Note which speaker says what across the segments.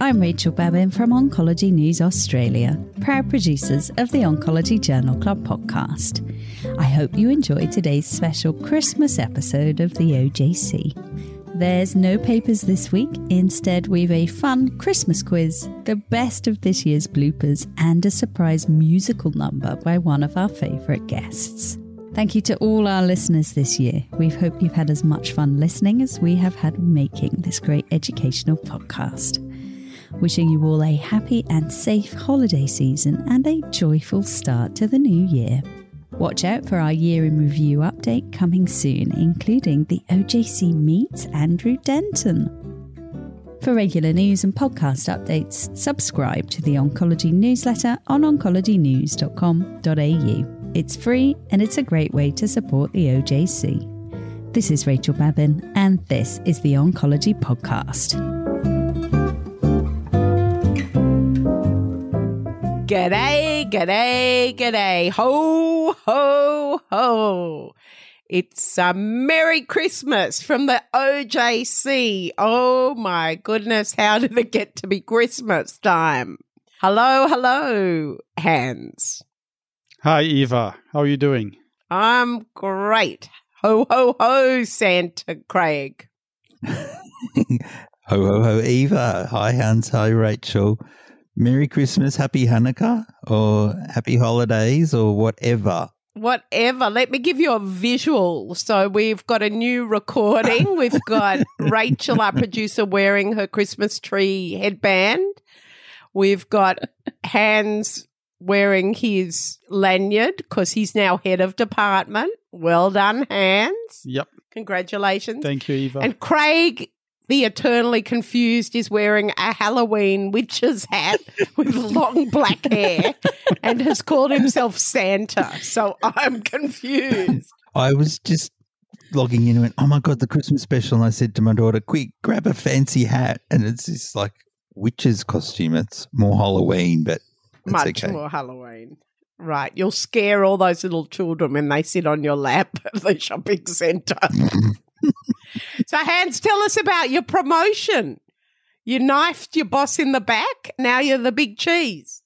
Speaker 1: I'm Rachel Babin from Oncology News Australia, proud producers of the Oncology Journal Club podcast. I hope you enjoy today's special Christmas episode of the OJC. There's no papers this week. Instead, we've a fun Christmas quiz, the best of this year's bloopers, and a surprise musical number by one of our favourite guests. Thank you to all our listeners this year. We hope you've had as much fun listening as we have had making this great educational podcast. Wishing you all a happy and safe holiday season and a joyful start to the new year. Watch out for our year in review update coming soon, including the OJC Meets Andrew Denton. For regular news and podcast updates, subscribe to the Oncology newsletter on oncologynews.com.au. It's free and it's a great way to support the OJC. This is Rachel Babin, and this is the Oncology Podcast.
Speaker 2: G'day, g'day, g'day. Ho, ho, ho. It's a Merry Christmas from the OJC. Oh my goodness, how did it get to be Christmas time? Hello, hello, Hans.
Speaker 3: Hi, Eva. How are you doing?
Speaker 2: I'm great. Ho, ho, ho, Santa Craig.
Speaker 4: Ho ho ho, Eva. Hi Hans. Hi Rachel. Merry Christmas, Happy Hanukkah, or Happy Holidays, or whatever.
Speaker 2: Whatever. Let me give you a visual. So we've got a new recording. We've got Rachel, our producer, wearing her Christmas tree headband. We've got Hans wearing his lanyard because he's now head of department. Well done, Hans.
Speaker 3: Yep.
Speaker 2: Congratulations.
Speaker 3: Thank you, Eva.
Speaker 2: And Craig, the eternally confused, is wearing a Halloween witch's hat with long black hair and has called himself Santa. So I'm confused.
Speaker 4: I was just logging in and went, oh my God, the Christmas special. And I said to my daughter, quick, grab a fancy hat. And it's this like witch's costume. It's more Halloween, but it's
Speaker 2: Much
Speaker 4: okay.
Speaker 2: more Halloween. Right. You'll scare all those little children when they sit on your lap at the shopping centre. so, Hans, tell us about your promotion. You knifed your boss in the back. Now you're the big cheese.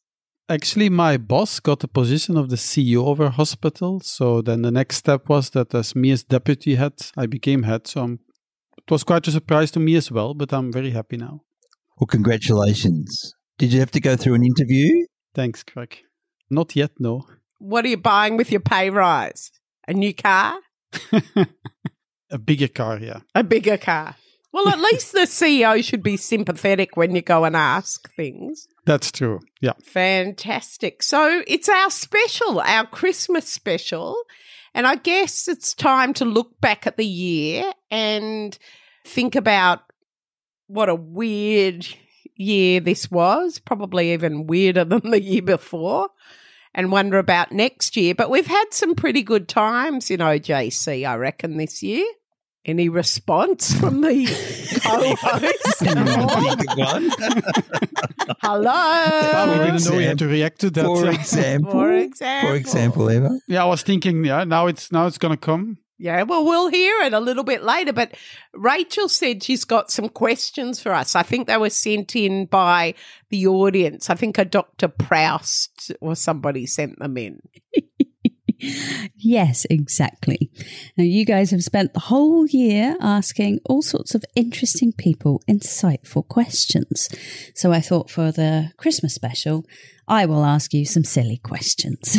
Speaker 3: Actually, my boss got the position of the CEO of our hospital. So then the next step was that as me as deputy head, I became head. So I'm, it was quite a surprise to me as well, but I'm very happy now.
Speaker 4: Well, congratulations. Did you have to go through an interview?
Speaker 3: Thanks, Craig. Not yet, no.
Speaker 2: What are you buying with your pay rise? A new car?
Speaker 3: A bigger car, yeah.
Speaker 2: A bigger car? Well, at least the CEO should be sympathetic when you go and ask things.
Speaker 3: That's true. Yeah.
Speaker 2: Fantastic. So it's our special, our Christmas special. And I guess it's time to look back at the year and think about what a weird year this was, probably even weirder than the year before, and wonder about next year. But we've had some pretty good times in OJC, I reckon, this year. Any response from the co-host? at all?
Speaker 3: Oh, we
Speaker 2: Hello.
Speaker 3: didn't know we had to react to that.
Speaker 4: For example.
Speaker 2: For example.
Speaker 4: For example, Eva.
Speaker 3: yeah, I was thinking, yeah, now it's now it's gonna come.
Speaker 2: Yeah, well, we'll hear it a little bit later. But Rachel said she's got some questions for us. I think they were sent in by the audience. I think a Dr. Proust or somebody sent them in.
Speaker 1: yes, exactly. Now, you guys have spent the whole year asking all sorts of interesting people insightful questions. So I thought for the Christmas special, I will ask you some silly questions.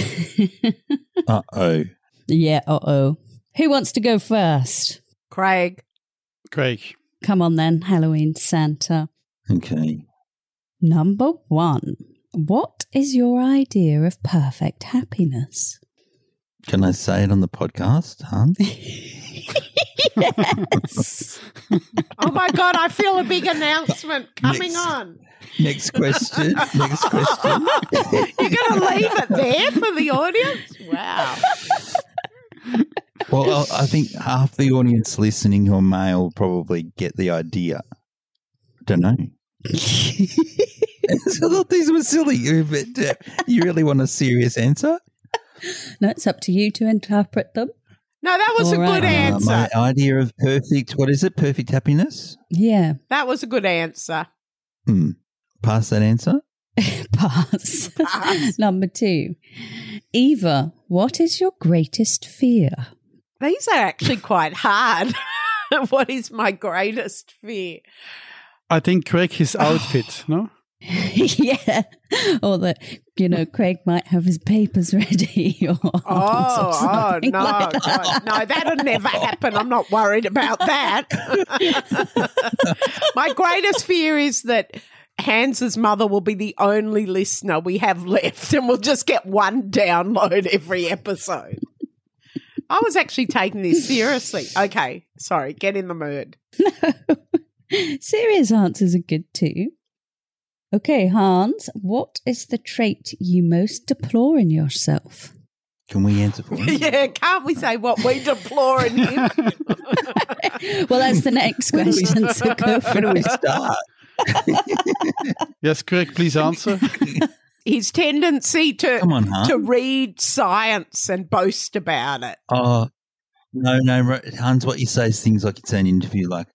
Speaker 4: Uh oh.
Speaker 1: yeah, uh oh. Who wants to go first?
Speaker 2: Craig,
Speaker 3: Craig.
Speaker 1: Come on then, Halloween Santa.
Speaker 4: Okay.
Speaker 1: Number one. What is your idea of perfect happiness?
Speaker 4: Can I say it on the podcast, Hans?
Speaker 1: yes.
Speaker 2: oh my God, I feel a big announcement coming
Speaker 4: Next.
Speaker 2: on.
Speaker 4: Next question. Next question.
Speaker 2: You're going to leave it there for the audience? Wow.
Speaker 4: Well, I I think half the audience listening who are male probably get the idea. Don't know. I thought these were silly, but uh, you really want a serious answer?
Speaker 1: no, it's up to you to interpret them.
Speaker 2: No, that was a
Speaker 1: All right.
Speaker 2: good
Speaker 4: Uh,
Speaker 2: answer.
Speaker 4: my idea of perfect, what is it? Perfect happiness?
Speaker 1: Yeah.
Speaker 2: that was a good answer.
Speaker 4: Hmm. Pass that answer.
Speaker 1: Pass.
Speaker 2: Pass.
Speaker 1: Number two. Eva, what is your greatest fear?
Speaker 2: These are actually quite hard. what is my greatest fear?
Speaker 3: I think Craig his outfit, no?
Speaker 1: yeah. Or that, you know, Craig might have his papers ready or
Speaker 2: Oh, oh
Speaker 1: something
Speaker 2: no,
Speaker 1: like that.
Speaker 2: God, no, that'll never happen. I'm not worried about that. My greatest fear is that Hans's mother will be the only listener we have left, and we'll just get one download every episode. I was actually taking this seriously. Okay, sorry, get in the mood.
Speaker 1: Serious answers are good too. Okay, Hans, what is the trait you most deplore in yourself?
Speaker 4: Can we answer for him?
Speaker 2: Yeah, can't we say what we deplore in him?
Speaker 1: Well, that's the next question, so go for
Speaker 4: Where do we
Speaker 1: it.
Speaker 4: start?
Speaker 3: Yes, Craig, please answer.
Speaker 2: His tendency to
Speaker 4: Come on, Hans.
Speaker 2: to read science and boast about it.
Speaker 4: Oh, no, no, Ro- Hans. What you say is things like it's an interview, like,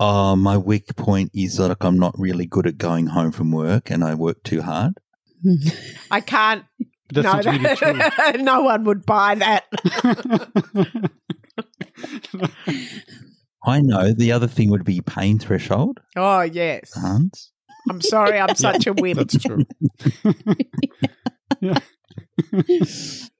Speaker 4: "Oh, my weak point is like I'm not really good at going home from work, and I work too hard."
Speaker 2: I can't.
Speaker 3: That's
Speaker 2: no,
Speaker 3: not really true.
Speaker 2: that- no one would buy that.
Speaker 4: I know. The other thing would be pain threshold,
Speaker 2: Oh yes.
Speaker 4: Hans.
Speaker 2: I'm sorry. I'm such a wimp.
Speaker 3: That's true.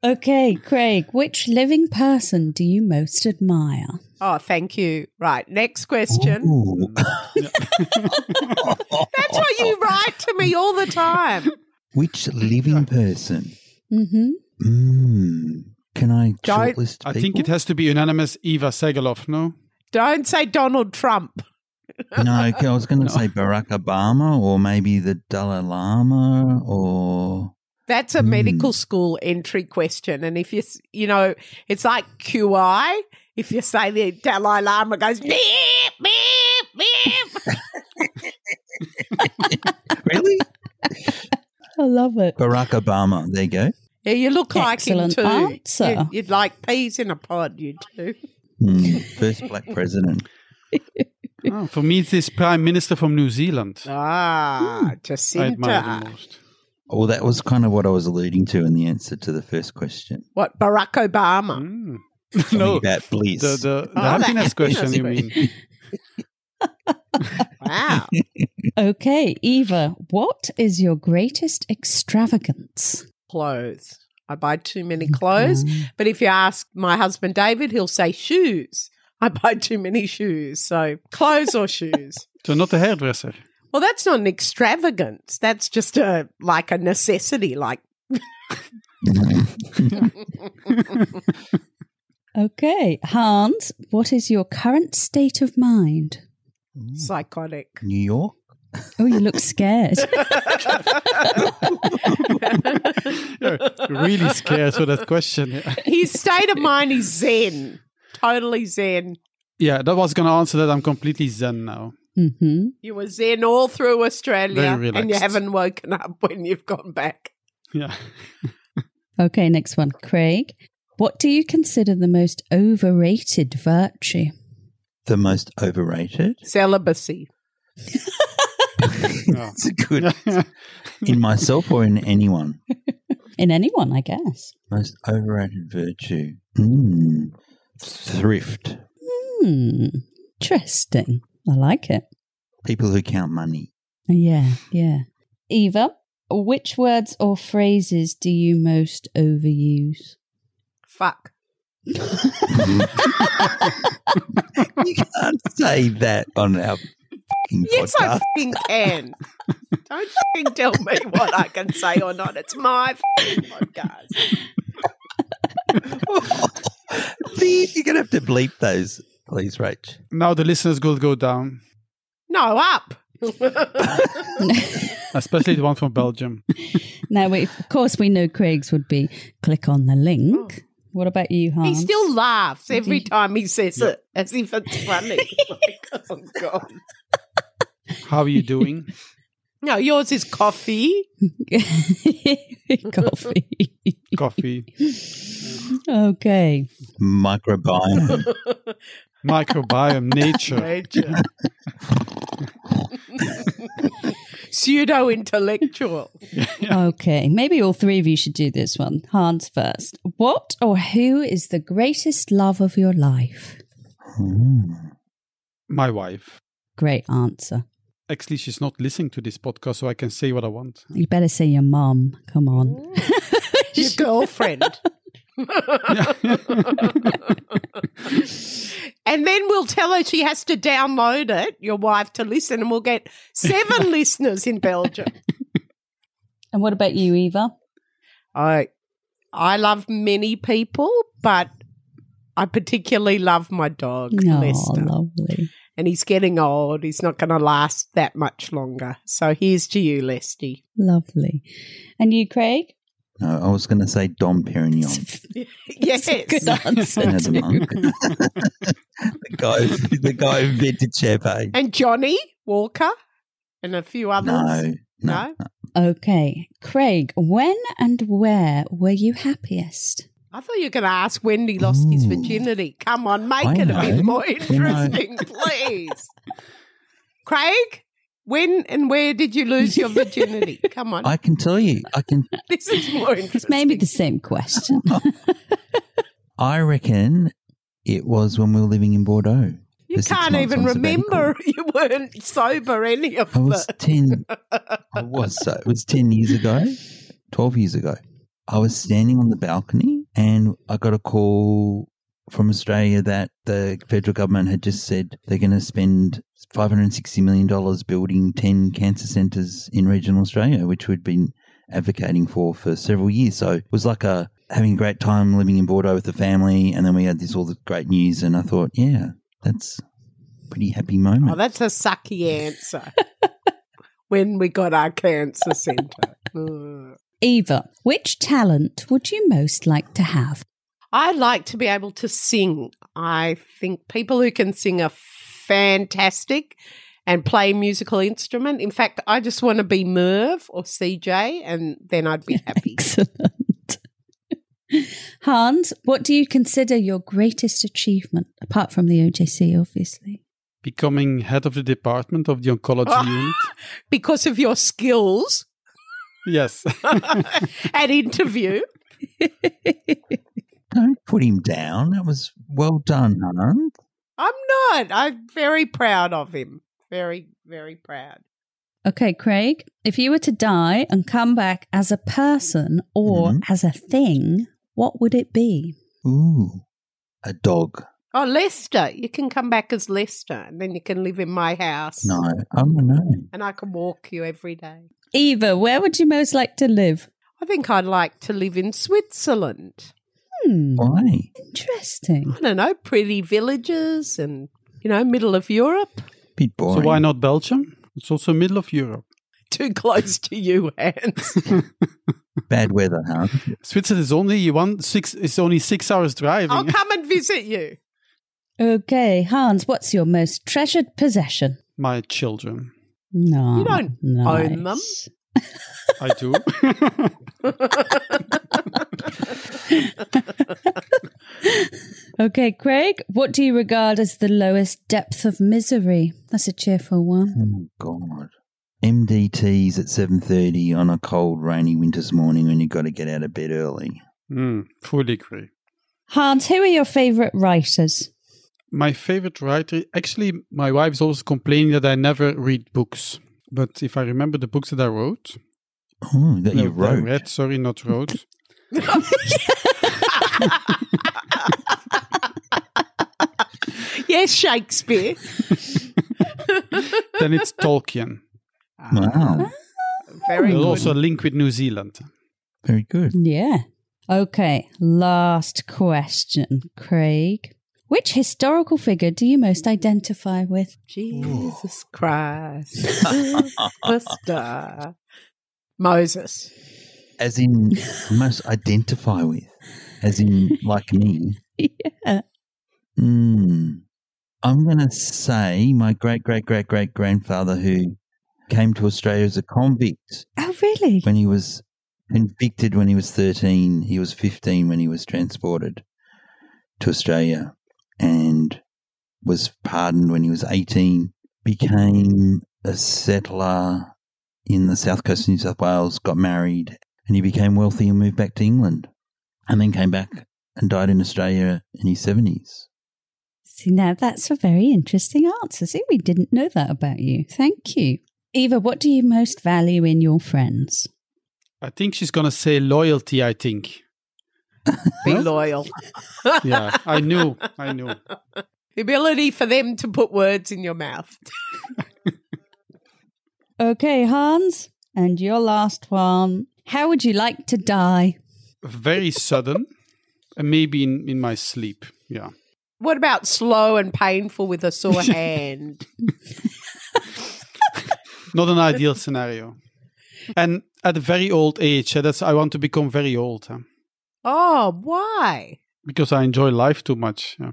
Speaker 1: Okay, Craig, which living person do you most admire?
Speaker 2: Oh, thank you. Right. Next question.
Speaker 4: Ooh.
Speaker 2: That's what you write to me all the time.
Speaker 4: Which living person?
Speaker 1: Mm-hmm.
Speaker 4: Mm. Can I
Speaker 2: Don't-
Speaker 4: shortlist?
Speaker 3: I think it
Speaker 4: people?
Speaker 3: has to be unanimous Eva Segalov, no?
Speaker 2: Don't say Donald Trump.
Speaker 4: No, I was going to say Barack Obama, or maybe the Dalai Lama, or
Speaker 2: That's a
Speaker 4: Hmm.
Speaker 2: medical school entry question. And if you, s- you know, it's like QI. If you say the Dalai Lama goes, beep, beep, beep.
Speaker 4: really
Speaker 1: I love it.
Speaker 4: Barack Obama. There you go.
Speaker 2: Yeah, you look
Speaker 1: Excellent
Speaker 2: like him too.
Speaker 1: answer.
Speaker 2: You- You'd like peas in a pod, you do.
Speaker 4: Hmm. First black president.
Speaker 3: Oh, for me, it is Prime Minister from New Zealand.
Speaker 2: Ah,
Speaker 3: Hmm. I admire
Speaker 2: Jacinta.
Speaker 3: the most.
Speaker 4: Well, that was kind of what I was alluding to in the answer to the first question.
Speaker 2: What, Barack Obama?
Speaker 3: Mm.
Speaker 4: Something
Speaker 3: no, the,
Speaker 4: about bliss.
Speaker 3: the, the
Speaker 2: the
Speaker 3: happiness
Speaker 2: happiness
Speaker 3: question, you
Speaker 2: question.
Speaker 3: mean? Mm.
Speaker 2: Wow.
Speaker 1: Okay, Eva, what is your greatest extravagance?
Speaker 2: clothes. I buy too many clothes.
Speaker 3: Mm-hmm.
Speaker 2: But if you ask my husband David, he'll say shoes. I buy too many shoes. So clothes or shoes.
Speaker 3: So, not the hairdresser.
Speaker 2: Well, that's not an extravagance. That's just a like a necessity. Like
Speaker 1: Okay, Hans, what is your current state of mind?
Speaker 3: Mm.
Speaker 2: psychotic.
Speaker 4: New York.
Speaker 1: Oh, you look scared.
Speaker 3: Yeah, really scared for that question. Yeah.
Speaker 2: His state of mind is zen. Totally zen.
Speaker 3: Yeah, that was going to answer that. I'm completely zen now.
Speaker 1: hmm
Speaker 2: You were zen all through Australia
Speaker 3: Very
Speaker 2: and you
Speaker 3: relaxed.
Speaker 2: haven't woken up when you've gone back.
Speaker 3: Yeah.
Speaker 1: Okay, next one, Craig. What do you consider the most overrated virtue?
Speaker 4: The most overrated.
Speaker 2: Celibacy.
Speaker 3: Yeah.
Speaker 4: It's a good in myself or in anyone.
Speaker 1: In anyone, I guess.
Speaker 4: Most overrated virtue. Mm. Thrift.
Speaker 1: Hmm, interesting. I like it.
Speaker 4: People who count money.
Speaker 1: Yeah, yeah. Eva, which words or phrases do you most overuse?
Speaker 2: Fuck.
Speaker 4: you can't say that on our fucking
Speaker 2: Yes, I
Speaker 4: podcast.
Speaker 2: fucking can. Don't fucking tell me what I can say or not. It's my fucking podcast.
Speaker 4: Please, You're going to have to bleep those, please, Rach.
Speaker 3: now the listeners will go down,
Speaker 2: No, up.
Speaker 3: especially the one from Belgium.
Speaker 1: Now, we, of course, we know Craig's would be click on the link. What about you,
Speaker 2: he
Speaker 1: Hans?
Speaker 2: still laughs every time he says it, as if it's funny. Like, oh god.
Speaker 3: How are you doing?
Speaker 2: No, yours is coffee.
Speaker 1: coffee.
Speaker 3: Coffee,
Speaker 1: okay.
Speaker 4: Microbiome.
Speaker 3: microbiome, nature.
Speaker 2: Major. pseudo intellectual.
Speaker 1: Okay, maybe all three of you should do this one. Hans first. What or who is the greatest love of your life?
Speaker 3: My wife.
Speaker 1: Great answer.
Speaker 3: Actually, she's not listening to this podcast, so I can say what I want.
Speaker 1: You better say your mum. Come on.
Speaker 2: Your girlfriend. and then we'll tell her she has to download it, your wife, to listen, and we'll get seven listeners in Belgium.
Speaker 1: And what about you, Eva?
Speaker 2: I I love many people, but I particularly love my dog,
Speaker 1: Oh,
Speaker 2: Lester.
Speaker 1: lovely.
Speaker 2: And he's getting old. He's not going to last that much longer. So here's to you, Lesty.
Speaker 1: Lovely. And you, Craig?
Speaker 4: No, Uh, I was going to say Dom Perignon.
Speaker 2: Yes.
Speaker 1: Good answer.
Speaker 4: Another
Speaker 1: too.
Speaker 4: monk. the guy, the guy who invented Champagne.
Speaker 2: And Johnny Walker and a few others.
Speaker 4: No,
Speaker 2: No?
Speaker 4: no,
Speaker 1: Okay, Craig, when and where were you happiest?
Speaker 2: I thought you were going to ask when he lost his
Speaker 4: Ooh.
Speaker 2: virginity. Come on, make
Speaker 4: I
Speaker 2: it
Speaker 4: know.
Speaker 2: a bit more
Speaker 4: You know.
Speaker 2: interesting, please. Craig, when and where did you lose your virginity? Come on.
Speaker 4: I can tell you. I can.
Speaker 2: this is more interesting.
Speaker 1: It's maybe the same question.
Speaker 4: I reckon it was when we were living in Bordeaux.
Speaker 2: You
Speaker 4: the six
Speaker 2: can't
Speaker 4: months
Speaker 2: even
Speaker 4: on
Speaker 2: remember you weren't sober any of
Speaker 4: I was
Speaker 2: it.
Speaker 4: ten. I was so. It was ten years ago, twelve years ago. I was standing on the balcony, and I got a call from Australia that the federal government had just said they're going to spend. $560 million building 10 cancer centres in regional Australia, which we'd been advocating for for several years. So it was like a having a great time living in Bordeaux with the family. And then we had this all the great news. And I thought, yeah, that's a pretty happy moment.
Speaker 2: Oh, that's a sucky answer. when we got our cancer centre. Mm.
Speaker 1: Eva, which talent would you most like to have?
Speaker 2: I like to be able to sing. I think people who can sing are fantastic and play musical instrument. In fact, I just want to be Merv or CJ and then I'd be happy.
Speaker 1: Excellent. Hans, what do you consider your greatest achievement, apart from the OJC, obviously?
Speaker 3: Becoming head of the department of the oncology unit.
Speaker 2: because of your skills
Speaker 3: Yes.
Speaker 2: at interview.
Speaker 4: Don't put him down. That was well done, Hans.
Speaker 2: I'm not. I'm very proud of him. Very, very proud.
Speaker 1: okay, Craig, if you were to die and come back as a person or
Speaker 4: Mhm.
Speaker 1: as a thing, what would it be?
Speaker 4: Ooh, a dog.
Speaker 2: Oh, Lester. You can come back as Lester and then you can live in my house.
Speaker 4: No, I don't know.
Speaker 2: And I can walk you every day.
Speaker 1: Eva, where would you most like to live?
Speaker 2: I think I'd like to live in Switzerland.
Speaker 1: Hmm,
Speaker 4: Why?
Speaker 1: interesting.
Speaker 2: I don't know, pretty villages and, you know, middle of Europe.
Speaker 4: Bit
Speaker 3: so
Speaker 4: boring.
Speaker 3: why not Belgium? It's also middle of Europe.
Speaker 2: Too close to you, Hans.
Speaker 4: Bad weather, Hans.
Speaker 3: Switzerland is only one six. It's only six hours driving.
Speaker 2: I'll come and visit you.
Speaker 1: Okay, Hans, what's your most treasured possession?
Speaker 3: My children.
Speaker 1: No.
Speaker 2: You don't own them.
Speaker 3: I do.
Speaker 1: Okay, Craig, what do you regard as the lowest depth of misery? That's a cheerful one.
Speaker 4: Oh my god. MDTs at seven thirty on a cold, rainy winter's morning when you got to get out of bed early.
Speaker 3: Hmm, fully agree.
Speaker 1: Hans, who are your favorite writers?
Speaker 3: My favorite writer. Actually, my wife is always complaining that I never read books. But if I remember the books that I wrote,
Speaker 4: Oh, that you
Speaker 3: that I
Speaker 4: wrote.
Speaker 3: read, sorry, not wrote.
Speaker 2: yes, Shakespeare.
Speaker 3: then it's Tolkien.
Speaker 4: Wow,
Speaker 2: Very
Speaker 3: There's
Speaker 2: good.
Speaker 3: also a link with New Zealand.
Speaker 4: very good.
Speaker 1: Yeah. Okay, last question, Craig. Which historical figure do you most identify with?
Speaker 2: Jesus Christ. Superstar. Moses.
Speaker 4: As in, most identify with. As in, like me.
Speaker 1: Yeah.
Speaker 4: Hmm. I'm going to say my great great great great grandfather who came to Australia as a convict
Speaker 1: Oh, really?
Speaker 4: when he was convicted when he was 13. He was 15 when he was transported to Australia and was pardoned when he was 18. Became a settler in the south coast of New South Wales, got married, and he became wealthy and moved back to England, and then came back and died in Australia in his seventies.
Speaker 1: See, now that's a very interesting answer. See, we didn't know that about you. Thank you. Eva, what do you most value in your friends?
Speaker 3: I think she's going to say loyalty, I think.
Speaker 2: Be loyal.
Speaker 3: Yeah, I knew. I knew.
Speaker 2: The ability for them to put words in your mouth.
Speaker 1: Okay, Hans, and your last one. How would you like to die?
Speaker 3: Very sudden. and maybe in, in my sleep. Yeah.
Speaker 2: What about slow and painful with a sore hand?
Speaker 3: Not an ideal scenario. And at a very old age, eh, that's I want to become very old. huh?
Speaker 2: Oh, why?
Speaker 3: because I enjoy life too much. Yeah. I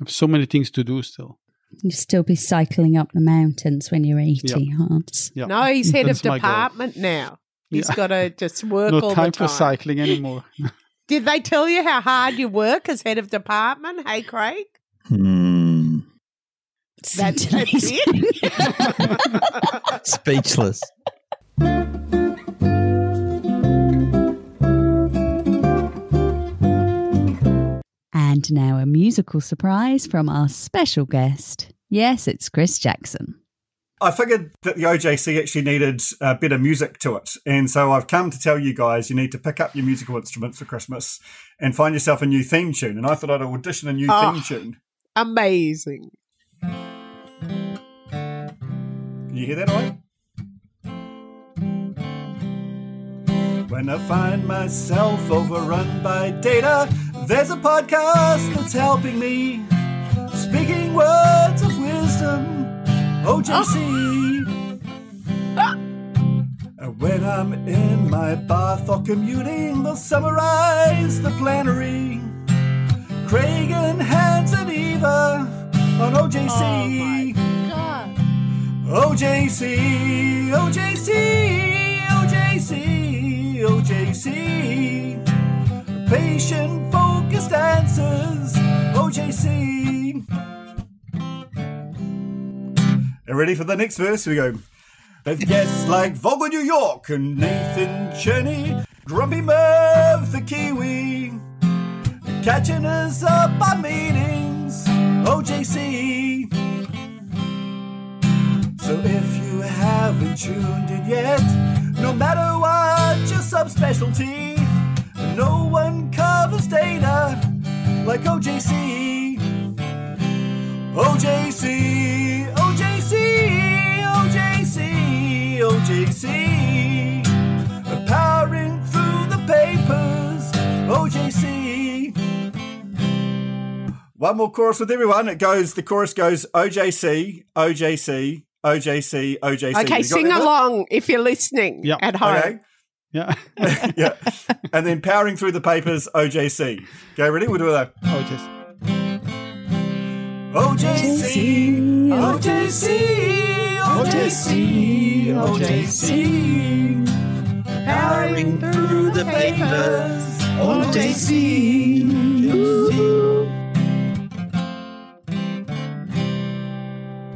Speaker 3: have so many things to do still.
Speaker 1: You'd still be cycling up the mountains when you're 80, Hans.
Speaker 3: Yeah.
Speaker 2: No, he's head of
Speaker 3: That's my goal.
Speaker 2: department now. He's
Speaker 3: Yeah.
Speaker 2: got to just work
Speaker 3: no
Speaker 2: all
Speaker 3: time
Speaker 2: the time.
Speaker 3: for cycling anymore.
Speaker 2: Did they tell you how hard you work as head of department? Hey, Craig.
Speaker 4: Hmm.
Speaker 2: That's, that's
Speaker 1: Sometimes.
Speaker 2: it.
Speaker 4: Speechless.
Speaker 1: And now a musical surprise from our special guest. Yes, it's Chris Jackson.
Speaker 5: I figured that the OJC actually needed a bit of music to it. And so I've come to tell you guys you need to pick up your musical instruments for Christmas and find yourself a new theme tune. And I thought I'd audition a new
Speaker 2: Ah.
Speaker 5: theme tune.
Speaker 2: Amazing.
Speaker 5: Can you hear that, Ollie? When I find myself overrun by data, there's a podcast that's helping me. Speaking words of wisdom, OJC. And when I'm in my bath or commuting, they'll summarize the plenary. Craig and Hans and Eva on OJC.
Speaker 2: Oh my God.
Speaker 5: OJC, OJC, OJC, OJC. Patient focused answers, OJC. And ready for the next verse? Here we go. They've guests like Volga New York and Nathan Cherney, Grumpy Merv the Kiwi, catching us up on meetings, OJC. So if you haven't tuned in yet, no matter what your subspecialty, no one covers data like OJC. OJC, OJC, OJC, OJC. Powering through the papers, OJC. One more chorus with everyone. It goes. The chorus goes OJC, OJC, OJC, OJC. You
Speaker 2: Okay,
Speaker 5: got
Speaker 2: sing
Speaker 5: that bit?
Speaker 2: along if you're listening
Speaker 3: Yeah.
Speaker 2: at home.
Speaker 5: Okay.
Speaker 3: yeah. Oh,
Speaker 5: yeah. And then powering through the papers, OJC. Okay, ready? We'll do that.
Speaker 3: Oh, just
Speaker 5: OJC, OJC, OJC, OJC. Powering through the papers, OJC.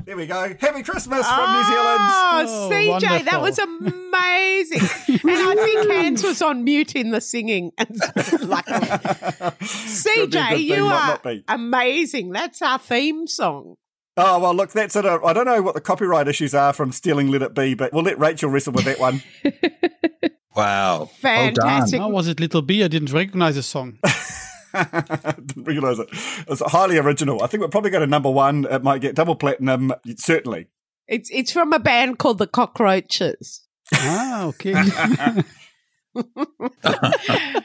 Speaker 5: There we go. Happy Christmas from New Zealand.
Speaker 2: Oh,
Speaker 3: Oh,
Speaker 2: CJ, that
Speaker 3: wonderful.
Speaker 2: was amazing. and I think Hans was on mute in the singing. Luckily.
Speaker 5: Could be a good
Speaker 2: CJ,
Speaker 5: thing,
Speaker 2: you
Speaker 5: might
Speaker 2: are
Speaker 5: not be.
Speaker 2: amazing. That's our theme song.
Speaker 5: Oh well, look, that's it. I don't know what the copyright issues are from stealing "Let It Be," but we'll let Rachel wrestle with that one.
Speaker 4: Wow. Well done.
Speaker 2: Fantastic.
Speaker 3: now was it Little B? I didn't recognize the song.
Speaker 5: Didn't realise it. It's highly original. I think we'll probably go to number one. It might get double platinum, certainly.
Speaker 2: It's it's from a band called the Cockroaches.
Speaker 3: ah, okay.
Speaker 2: That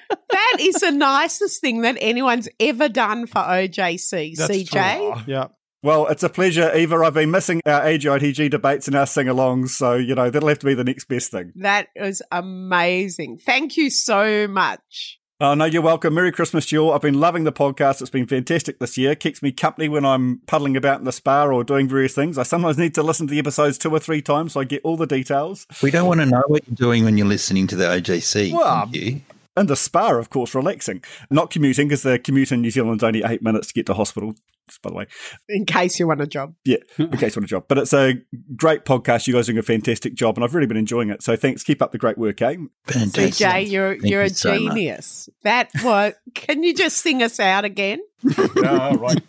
Speaker 2: is the nicest thing that anyone's ever done for OJC,
Speaker 3: That's
Speaker 2: CJ.
Speaker 5: true. Ah.
Speaker 3: Yeah.
Speaker 5: Well, it's a pleasure, Eva. I've been missing our AGITG debates and our sing-alongs, so you know that'll have to be the next best thing.
Speaker 2: That is amazing. Thank you so much.
Speaker 5: Oh no, you're welcome. Merry Christmas to you all. I've been loving the podcast. It's been fantastic this year. Keeps me company when I'm puddling about in the spa or doing various things. I sometimes need to listen to the episodes two or three times so I get all the details.
Speaker 4: We don't want to know what you're doing when you're listening to the OJC.
Speaker 5: Well,
Speaker 4: do you?
Speaker 5: And the spa, of course, relaxing. Not commuting, because the commute in New Zealand's only eight minutes to get to hospital, just by the way,
Speaker 2: in case you want a job.
Speaker 5: in case you want a job. But it's a great podcast. You guys are doing a fantastic job, and I've really been enjoying it. So thanks. Keep up the great work, eh?
Speaker 4: Fantastic.
Speaker 2: CJ, you're
Speaker 4: Thank
Speaker 2: you're
Speaker 4: you
Speaker 2: a
Speaker 4: so much.
Speaker 2: genius. That was. Can you just sing us out again?
Speaker 5: yeah, uh, right.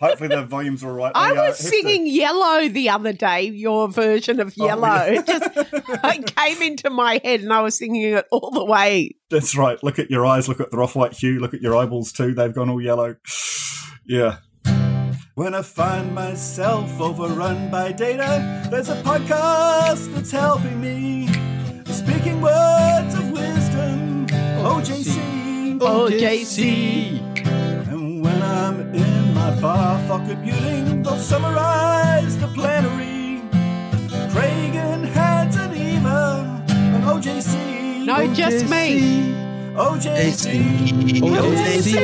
Speaker 5: Hopefully the volume's all right.
Speaker 2: I
Speaker 5: They, uh,
Speaker 2: was
Speaker 5: have
Speaker 2: singing Yellow the other day, your version of
Speaker 5: Oh,
Speaker 2: Yellow.
Speaker 5: yeah.
Speaker 2: It just it came into my head and I was singing it all the way.
Speaker 5: To, that's right. Look at your eyes. Look at the off-white hue. Look at your eyeballs too. They've gone all yellow. Yeah. When I find myself overrun by data, there's a podcast that's helping me. Speaking words of wisdom. OJC.
Speaker 2: Oh,
Speaker 3: Oh,
Speaker 5: And when I'm in my bar for commuting, they'll summarize the plenary. Craig and Hans and Eva and OJC.
Speaker 2: No, just me.
Speaker 5: OJC.
Speaker 4: OJC.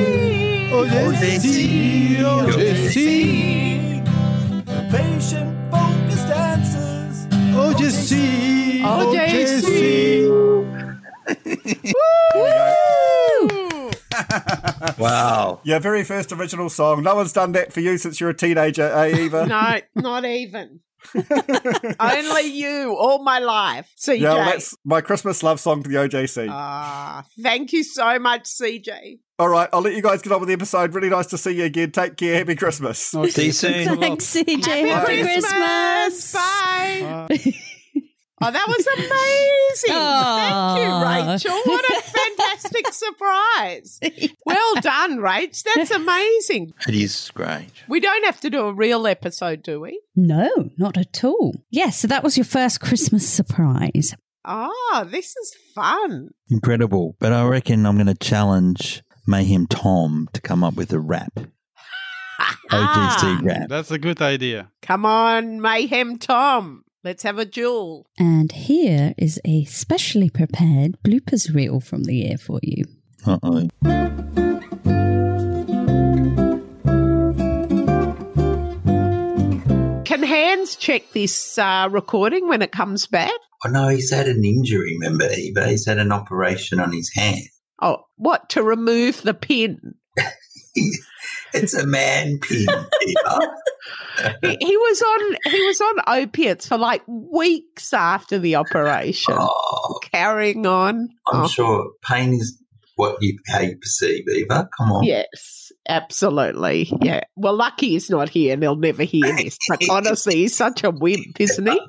Speaker 3: Oh,
Speaker 2: Oh,
Speaker 4: OJC.
Speaker 3: OJC.
Speaker 5: Patient focused answers.
Speaker 3: OJC.
Speaker 2: OJC. Ooh.
Speaker 4: Wow.
Speaker 5: Your very first original song. No one's done that for you since you're a teenager, eh, Eva?
Speaker 2: No, not even. Only you all my life, CJ.
Speaker 5: Yeah, well, that's my Christmas love song to the OJC.
Speaker 2: Ah, thank you so much, CJ.
Speaker 5: All right, I'll let you guys get on with the episode. Really nice to see you again. Take care. Happy Christmas.
Speaker 3: Okay,
Speaker 4: See you soon.
Speaker 3: thanks a lot.
Speaker 1: Thanks, CJ.
Speaker 2: Happy
Speaker 1: Happy
Speaker 2: Christmas.
Speaker 1: Christmas.
Speaker 2: Bye.
Speaker 3: Bye.
Speaker 2: Oh, that was amazing.
Speaker 1: Aw.
Speaker 2: Thank you, Rachel. What a fantastic surprise. Well done, Rach. That's amazing.
Speaker 4: It is great.
Speaker 2: We don't have to do a real episode, do we?
Speaker 1: No, not at all. Yes, so that was your first Christmas surprise.
Speaker 2: Oh, this is fun.
Speaker 4: Incredible. But I reckon I'm going to challenge Mayhem Tom to come up with a rap.
Speaker 2: Ah,
Speaker 4: OGC rap.
Speaker 3: That's a good idea.
Speaker 2: Come on, Mayhem Tom. Let's have a duel.
Speaker 1: And here is a specially prepared bloopers reel from the year for you.
Speaker 4: Uh oh.
Speaker 2: Can hands check this uh, recording when it comes back?
Speaker 6: Oh no, he's had an injury, remember, Eva? He's had an operation on his hand.
Speaker 2: Oh, what? To remove the pin?
Speaker 6: It's a man pin, Eva.
Speaker 2: He, he was on he was on opiates for like weeks after the operation.
Speaker 6: Oh,
Speaker 2: Carrying on.
Speaker 6: I'm
Speaker 2: Oh.
Speaker 6: sure pain is what you how you perceive, Eva. Come on.
Speaker 2: Yes, absolutely. Yeah. Well, lucky he's not here and he'll never hear this. But honestly, he's such a wimp, isn't he?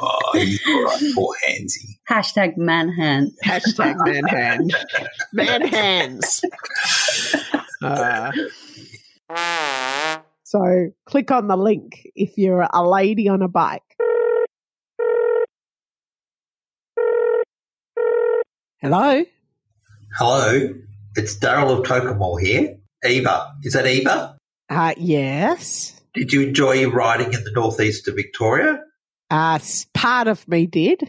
Speaker 6: Oh, he's all right, poor handsy.
Speaker 7: Hashtag manhunt.
Speaker 2: Hashtag man hand. Man hands. Uh, so click on the link if you're a lady on a bike. Hello?
Speaker 6: Hello, it's Daryl of Tokemall here. Eva, is that Eva?
Speaker 2: Uh, yes.
Speaker 6: Did you enjoy your riding in the northeast of Victoria?
Speaker 2: Uh, s- part of me did.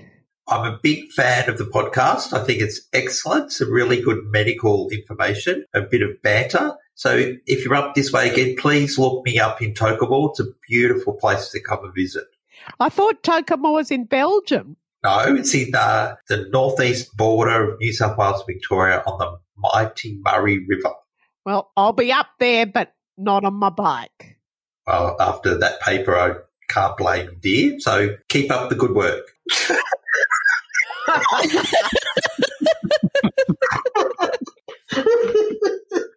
Speaker 6: I'm a big fan of the podcast. I think it's excellent. Some really good medical information, a bit of banter. So if you're up this way again, please look me up in Tokemall. It's a beautiful place to come and visit.
Speaker 2: I thought Tokamo was in Belgium.
Speaker 6: No, it's in the, the northeast border of New South Wales, Victoria on the mighty Murray River.
Speaker 2: Well, I'll be up there, but not on my bike.
Speaker 6: Well, after that paper, I can't blame dear. So keep up the good work.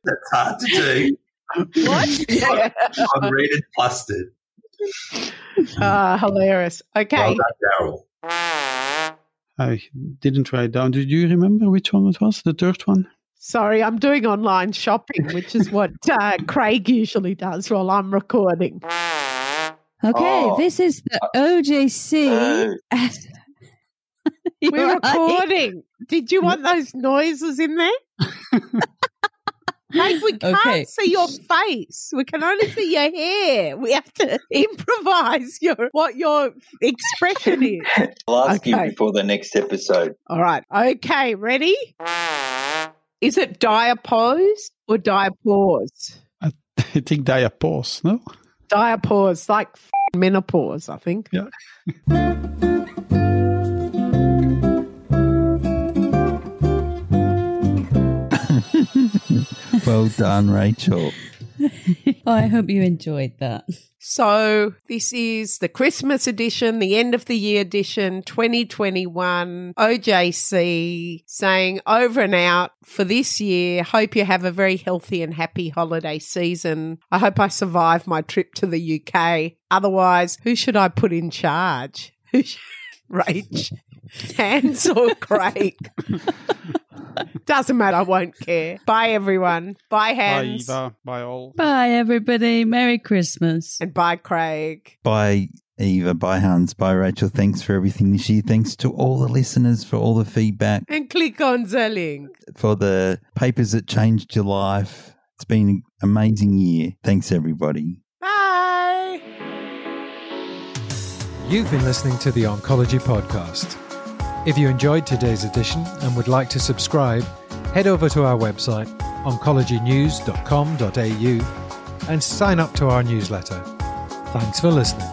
Speaker 6: That's hard to do.
Speaker 2: What? yeah. Uh-huh.
Speaker 6: I'm red and flustered.
Speaker 2: Ah, hilarious.
Speaker 6: Well
Speaker 2: Okay.
Speaker 6: done, Daryl.
Speaker 3: I didn't write down. Do you remember which one it was? The third one?
Speaker 2: Sorry, I'm doing online shopping, which is what uh, Craig usually does while I'm recording.
Speaker 1: Okay,
Speaker 6: Oh.
Speaker 1: this is the OJC. You're
Speaker 2: We're
Speaker 1: right.
Speaker 2: recording. Did you want those noises in there? Like we can't
Speaker 1: Okay.
Speaker 2: see your face. We can only see your hair. We have to improvise your what your expression is.
Speaker 8: I'll ask
Speaker 2: Okay.
Speaker 8: you before the next episode.
Speaker 2: All right. Okay, ready? Is it diapose or diapause?
Speaker 3: I think diapause, no?
Speaker 2: Diapause, like f- menopause, I think.
Speaker 9: Well done, Rachel.
Speaker 1: Oh, I hope you enjoyed that.
Speaker 2: So, this is the Christmas edition, the end of the year edition 2021 OJC saying over and out for this year. Hope you have a very healthy and happy holiday season. I hope I survive my trip to the UK. Otherwise, who should I put in charge? Who should, Rach, Hans, or Craig? Doesn't matter. I won't care. Bye, everyone. Bye,
Speaker 3: Bye,
Speaker 2: Hans.
Speaker 3: Eva. Bye, all.
Speaker 1: Bye, everybody. Merry Christmas.
Speaker 2: And bye, Craig.
Speaker 9: Bye, Eva. Bye, Hans. Bye, Rachel. Thanks for everything this year. Thanks to all the listeners for all the feedback,
Speaker 2: And click on the link.
Speaker 9: for the papers that changed your life. It's been an amazing year. Thanks, everybody.
Speaker 2: Bye.
Speaker 7: You've been listening to the Oncology Podcast. If you enjoyed today's edition and would like to subscribe, head over to our website, oncologynews.com.au, and sign up to our newsletter. Thanks for listening.